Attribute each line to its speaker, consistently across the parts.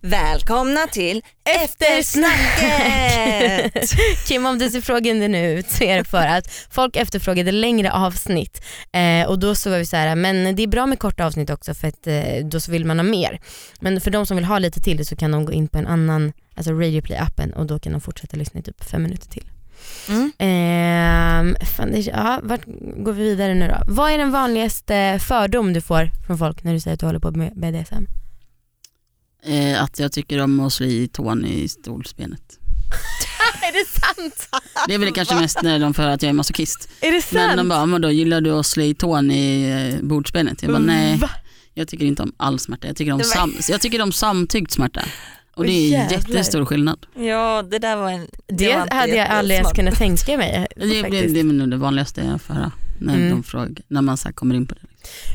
Speaker 1: Välkomna till eftersnacket!
Speaker 2: Kim, om du ser frågan din ut så är det för att folk efterfrågade längre avsnitt eh, och då så var vi så här, men det är bra med korta avsnitt också för att eh, då så vill man ha mer. Men för de som vill ha lite till det så kan de gå in på en annan, alltså Radioplay appen och då kan de fortsätta lyssna i typ fem minuter till.
Speaker 1: Mm.
Speaker 2: Ehm, fan, det, ja, vart går vi vidare nu då? Vad är den vanligaste fördom du får från folk när du säger att du håller på med BDSM?
Speaker 3: Eh, att jag tycker om att slå i tån i stolsbenet.
Speaker 2: är det sant?
Speaker 3: Det är väl kanske mest när de får höra att jag är masochist.
Speaker 2: Är det
Speaker 3: Men de bara, men då gillar du att slå i tån i eh, bordsbenet? Jag bara, nej.
Speaker 2: Va?
Speaker 3: Jag tycker inte om all smärta. Jag tycker om,
Speaker 1: Det var-
Speaker 3: sam- jag tycker om samtyckt smärta. Och det
Speaker 2: Åh,
Speaker 3: är
Speaker 2: jävlar.
Speaker 3: jättestor skillnad.
Speaker 1: Ja, det där var en...
Speaker 2: Det,
Speaker 1: var inte
Speaker 2: hade jag aldrig ens
Speaker 1: jättesmart.
Speaker 2: kunnat tänka mig.
Speaker 3: Det, det,
Speaker 2: faktiskt.
Speaker 3: det är nog det vanligaste jag får höra när,
Speaker 2: Mm.
Speaker 3: de frågar, när man så här kommer in på det.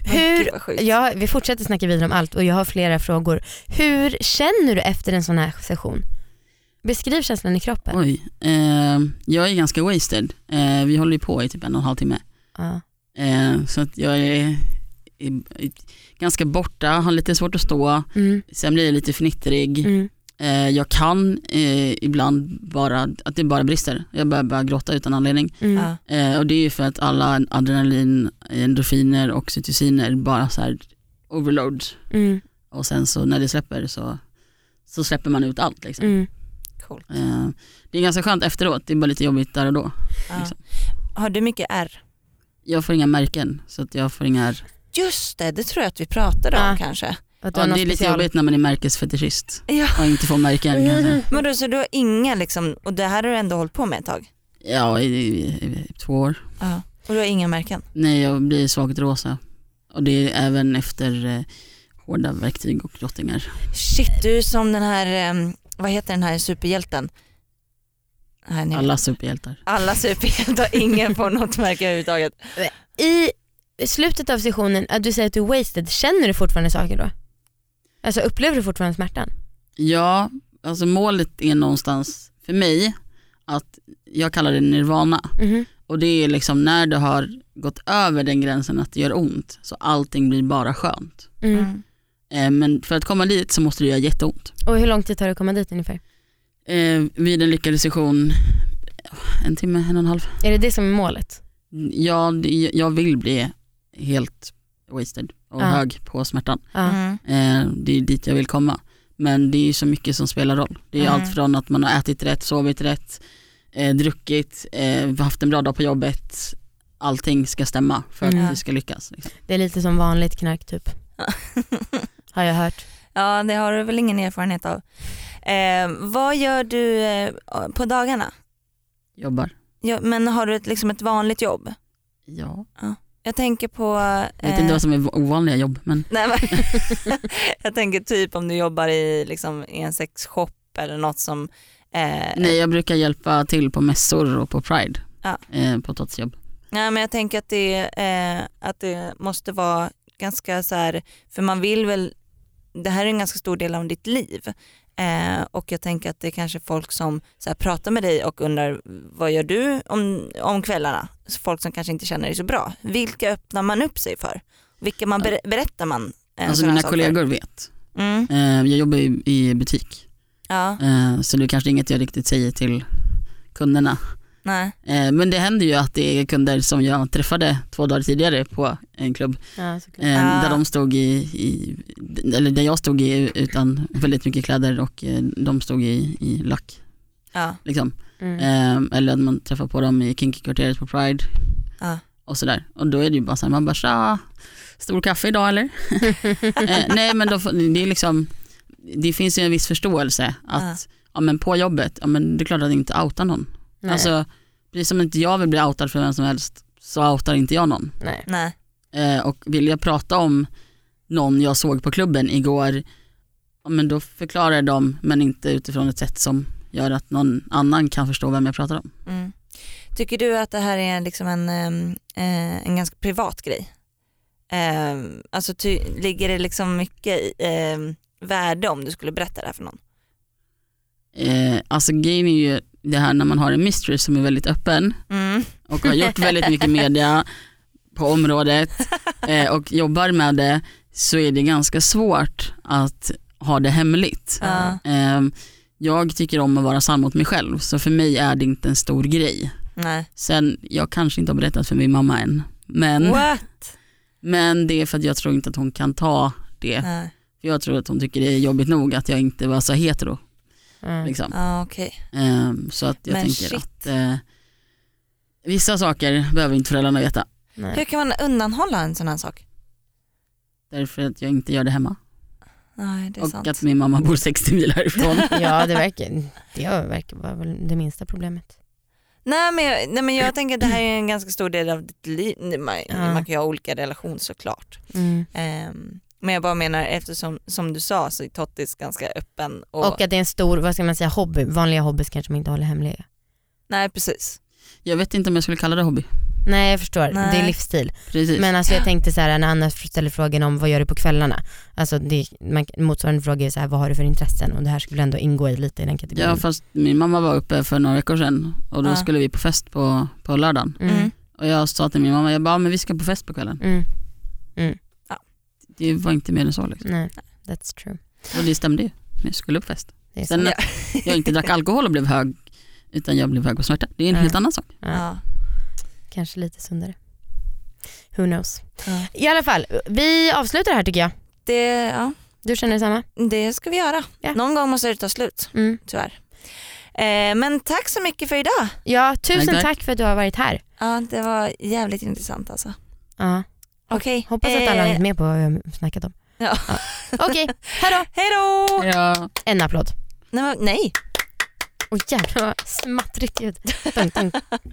Speaker 1: Men gud,
Speaker 2: Hur-
Speaker 1: vad sjukt.
Speaker 2: Ja, vi fortsätter snacka vidare om allt och jag har flera frågor. Hur känner du efter en sån här session? Beskriv känslan i kroppen.
Speaker 3: Oj, eh, jag är ganska wasted. Eh, vi håller ju på i typ en och en halv timme.
Speaker 2: Ja.
Speaker 3: Eh, så att jag är, är, är ganska borta, har lite svårt att stå.
Speaker 2: Mm,
Speaker 3: Sen blir jag lite fnittrig.
Speaker 2: mm,
Speaker 3: Eh, jag kan eh, ibland bara, att det bara brister. Jag börjar bara gråta utan anledning.
Speaker 2: mm.
Speaker 1: Ja.
Speaker 3: Eh, och det är ju för att alla adrenalin, endorfiner och cytosiner bara så här overload.
Speaker 2: Mm,
Speaker 3: Och sen så när det släpper så, så släpper man ut allt. Liksom.
Speaker 2: mm.
Speaker 1: Coolt.
Speaker 3: Eh, det är ganska skönt efteråt, det är bara lite jobbigt där och då.
Speaker 1: Ja.
Speaker 2: Mm.
Speaker 3: Liksom.
Speaker 1: Har du mycket R?
Speaker 3: Jag får inga märken så att jag får inga
Speaker 1: Just det, det tror jag att vi pratade om
Speaker 2: Ja.
Speaker 1: kanske.
Speaker 2: Att du
Speaker 3: Ja,
Speaker 2: har
Speaker 3: det är
Speaker 2: någon
Speaker 3: lite
Speaker 2: special-
Speaker 3: jobbigt när man är märkesfetischist
Speaker 1: Ja.
Speaker 3: och inte får märken. kanske.
Speaker 1: Men då, så du har inga liksom, och det här har du ändå hållit på med ett tag?
Speaker 3: Ja, i, i, i två år.
Speaker 1: Ja. Och du har inga märken?
Speaker 3: Nej, jag blir svagt rosa. Och det är även efter eh, hårda verktyg och klottingar.
Speaker 1: Shit, du är som den här, ehm, vad heter den här superhjälten? Nej, ni vet.
Speaker 3: Alla superhjältar.
Speaker 1: Alla superhjältar, ingen får något märke överhuvudtaget.
Speaker 2: I slutet av sessionen, att du säger att du är wasted, känner du fortfarande saker då? Alltså upplever du fortfarande smärtan?
Speaker 3: Ja, alltså målet är någonstans för mig att jag kallar det nirvana.
Speaker 2: Mhm.
Speaker 3: Och det är liksom när du har gått över den gränsen att det gör ont så allting blir bara skönt.
Speaker 2: Mm.
Speaker 3: Eh, men för att komma dit så måste det göra jätteont.
Speaker 2: Och hur lång tid tar det att komma dit ungefär?
Speaker 3: Eh, vid en lyckad session, en timme, en och en halv.
Speaker 2: Är det det som är målet?
Speaker 3: Jag, jag vill bli helt wasted och
Speaker 2: Ja.
Speaker 3: hög på smärtan.
Speaker 2: Ja.
Speaker 1: Mm.
Speaker 3: Eh, det är dit jag vill komma. Men det är ju så mycket som spelar roll. Det är ju
Speaker 1: Mm.
Speaker 3: allt från att man har ätit rätt, sovit rätt, eh, druckit, eh, haft en bra dag på jobbet. Allting ska stämma för att
Speaker 2: Mm.
Speaker 3: vi ska lyckas. Liksom.
Speaker 2: Det är lite som vanligt knark typ, har jag hört.
Speaker 1: ja, det har du väl ingen erfarenhet av. Eh, vad gör du eh, på dagarna?
Speaker 3: Jobbar.
Speaker 1: Ja, men har du ett, liksom ett vanligt jobb?
Speaker 3: Ja.
Speaker 1: Jag tänker på...
Speaker 3: Jag
Speaker 1: Eh.
Speaker 3: vet inte vad som är ovanliga jobb men
Speaker 1: Nej, men jag tänker typ om du jobbar i, liksom, i en sexshop eller något som... Eh,
Speaker 3: nej jag brukar hjälpa till på mässor och på Pride.
Speaker 1: Ja.
Speaker 3: Eh, på Tots-jobb.
Speaker 1: Nej men jag tänker att det, eh, att det måste vara ganska så här, för man vill väl, det här är en ganska stor del av ditt liv. Eh, och jag tänker att det är kanske folk som så här, pratar med dig och undrar vad gör du om, om kvällarna? Så folk som kanske inte känner dig så bra. Vilka öppnar man upp sig för? Vilka man ber- berättar man? Eh,
Speaker 3: Alltså
Speaker 1: sådana
Speaker 3: mina
Speaker 1: saker?
Speaker 3: kollegor vet.
Speaker 1: Mm,
Speaker 3: Eh, jag jobbar ju i butik
Speaker 1: ja,
Speaker 3: eh, så det är kanske inget jag riktigt säger till kunderna.
Speaker 1: nej.
Speaker 3: Eh, men det händer ju att det är kunder som jag träffade två dagar tidigare på en klubb
Speaker 2: Ja, såklart.
Speaker 3: eh,
Speaker 1: Ah.
Speaker 3: där de stod i, i, eller där jag stod i utan väldigt mycket kläder och eh, de stod i, i lack.
Speaker 1: Ja,
Speaker 3: Liksom.
Speaker 2: Mm.
Speaker 3: Eh, eller att man träffar på dem i kinky-kvarteret på Pride
Speaker 1: ja.
Speaker 3: och sådär. Och då är det ju bara såhär, man bara tja, stor kaffe idag eller? eh, nej men då, får- det är liksom, det finns ju en viss förståelse att ja, men på jobbet, ja, men det är klart att inte outa någon.
Speaker 2: Nej.
Speaker 3: Alltså, precis som inte jag vill bli outad för vem som helst så outar inte jag någon.
Speaker 2: Nej.
Speaker 1: nej.
Speaker 3: Eh, och vill jag prata om någon jag såg på klubben igår, ja, men då förklarar jag dem men inte utifrån ett sätt som gör att någon annan kan förstå vem jag pratar om.
Speaker 1: Mm. Tycker du att det här är liksom en, ehm, eh, en ganska privat grej? Ehm, alltså ty- ligger det liksom mycket i, ehm, värde om du skulle berätta det här för någon?
Speaker 3: Eh, alltså grejen är ju det här när man har en mistress som är väldigt öppen
Speaker 1: Mm.
Speaker 3: och har gjort väldigt mycket media på området eh, och jobbar med det så är det ganska svårt att ha det hemligt.
Speaker 1: Ja.
Speaker 3: Ehm, Jag tycker om att vara sann mot mig själv så för mig är det inte en stor grej.
Speaker 1: Nej.
Speaker 3: Sen, jag kanske inte har berättat för min mamma än. Men,
Speaker 1: What?
Speaker 3: men det är för att jag tror inte att hon kan ta det.
Speaker 1: Nej.
Speaker 3: För jag tror att hon tycker det är jobbigt nog att jag inte var så hetero.
Speaker 2: Mm.
Speaker 3: Liksom.
Speaker 1: Ja okej.
Speaker 3: Ehm, Så att jag
Speaker 1: Men
Speaker 3: tänker
Speaker 1: shit.
Speaker 3: att eh, vissa saker behöver inte föräldrarna veta.
Speaker 2: Nej.
Speaker 1: Hur kan man undanhålla en sån här sak?
Speaker 3: Därför att jag inte gör det hemma.
Speaker 1: Nej det är
Speaker 3: och
Speaker 1: sant.
Speaker 3: att min mamma bor 60 mil härifrån.
Speaker 2: Ja det verkar, det verkar vara väl det minsta problemet.
Speaker 1: Nej men, jag, nej men jag tänker att det här är en ganska stor del av ditt liv. Man,
Speaker 2: Ja.
Speaker 1: man kan ju ha olika relationer såklart.
Speaker 2: Mm.
Speaker 1: Ehm, men jag bara menar eftersom som du sa så är Tottis ganska öppen. Och,
Speaker 2: Och att det är en stor, vad ska man säga, hobby, vanliga hobbys kanske man inte håller hemliga.
Speaker 1: nej precis.
Speaker 3: Jag vet inte om jag skulle kalla det hobby.
Speaker 2: Nej jag förstår, det
Speaker 1: Nej.
Speaker 2: är livsstil.
Speaker 3: Precis.
Speaker 2: Men alltså jag tänkte så här när Anna ställer frågan om vad gör du på kvällarna? Alltså det, man, motsvarande fråga är så här vad har du för intressen? Och det här skulle ändå ingå i lite i den kategorin.
Speaker 3: Ja fast min mamma var uppe för några veckor sedan och då
Speaker 1: Ja.
Speaker 3: skulle vi på fest på, på lördagen.
Speaker 2: mm.
Speaker 3: Och jag sa till min mamma, jag bara, "Ja, men vi ska på fest på kvällen.
Speaker 2: Mm.
Speaker 3: Det var inte mer än så liksom.
Speaker 2: Nej, that's true.
Speaker 3: Och det stämde ju. Jag skulle på fest.
Speaker 2: Det är
Speaker 3: Sen
Speaker 2: så.
Speaker 3: att jag inte drack alkohol och blev hög utan jag blev hög på smärta. Det är en
Speaker 2: Ja.
Speaker 3: helt annan sak.
Speaker 2: Ja.
Speaker 1: Ja.
Speaker 2: Kanske lite sundare. Who knows.
Speaker 1: Ja.
Speaker 2: I alla fall, vi avslutar det här tycker jag.
Speaker 1: Det, ja,
Speaker 2: Du känner detsamma?
Speaker 1: det ska vi göra.
Speaker 2: Ja.
Speaker 1: Någon gång måste det ta slut
Speaker 2: Mm.
Speaker 1: tyvärr. Eh, men tack så mycket för idag.
Speaker 2: Ja, tusen
Speaker 3: Tack, tack.
Speaker 2: tack. för att du har varit här.
Speaker 1: Ja, det var jävligt intressant alltså.
Speaker 2: Ja.
Speaker 1: Okej.
Speaker 2: Hoppas att alla har
Speaker 1: Eh.
Speaker 2: hängt med på vad vi har snackat om.
Speaker 1: Ja.
Speaker 2: Okej, hejdå.
Speaker 1: Hej då!
Speaker 3: Ja.
Speaker 2: En applåd.
Speaker 1: Nej, men- nej.
Speaker 2: Åh jävlar vad smattrigt ljud. Dunk, dunk.